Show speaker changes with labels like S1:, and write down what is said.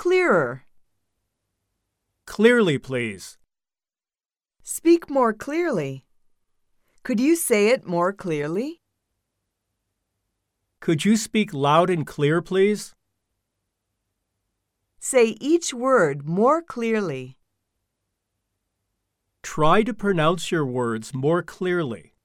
S1: clearer.
S2: Clearly, please.
S1: Speak more clearly. Could you say it more clearly?
S2: Could you speak loud and clear, please?
S1: Say each word more clearly.
S2: Try to pronounce your words more clearly.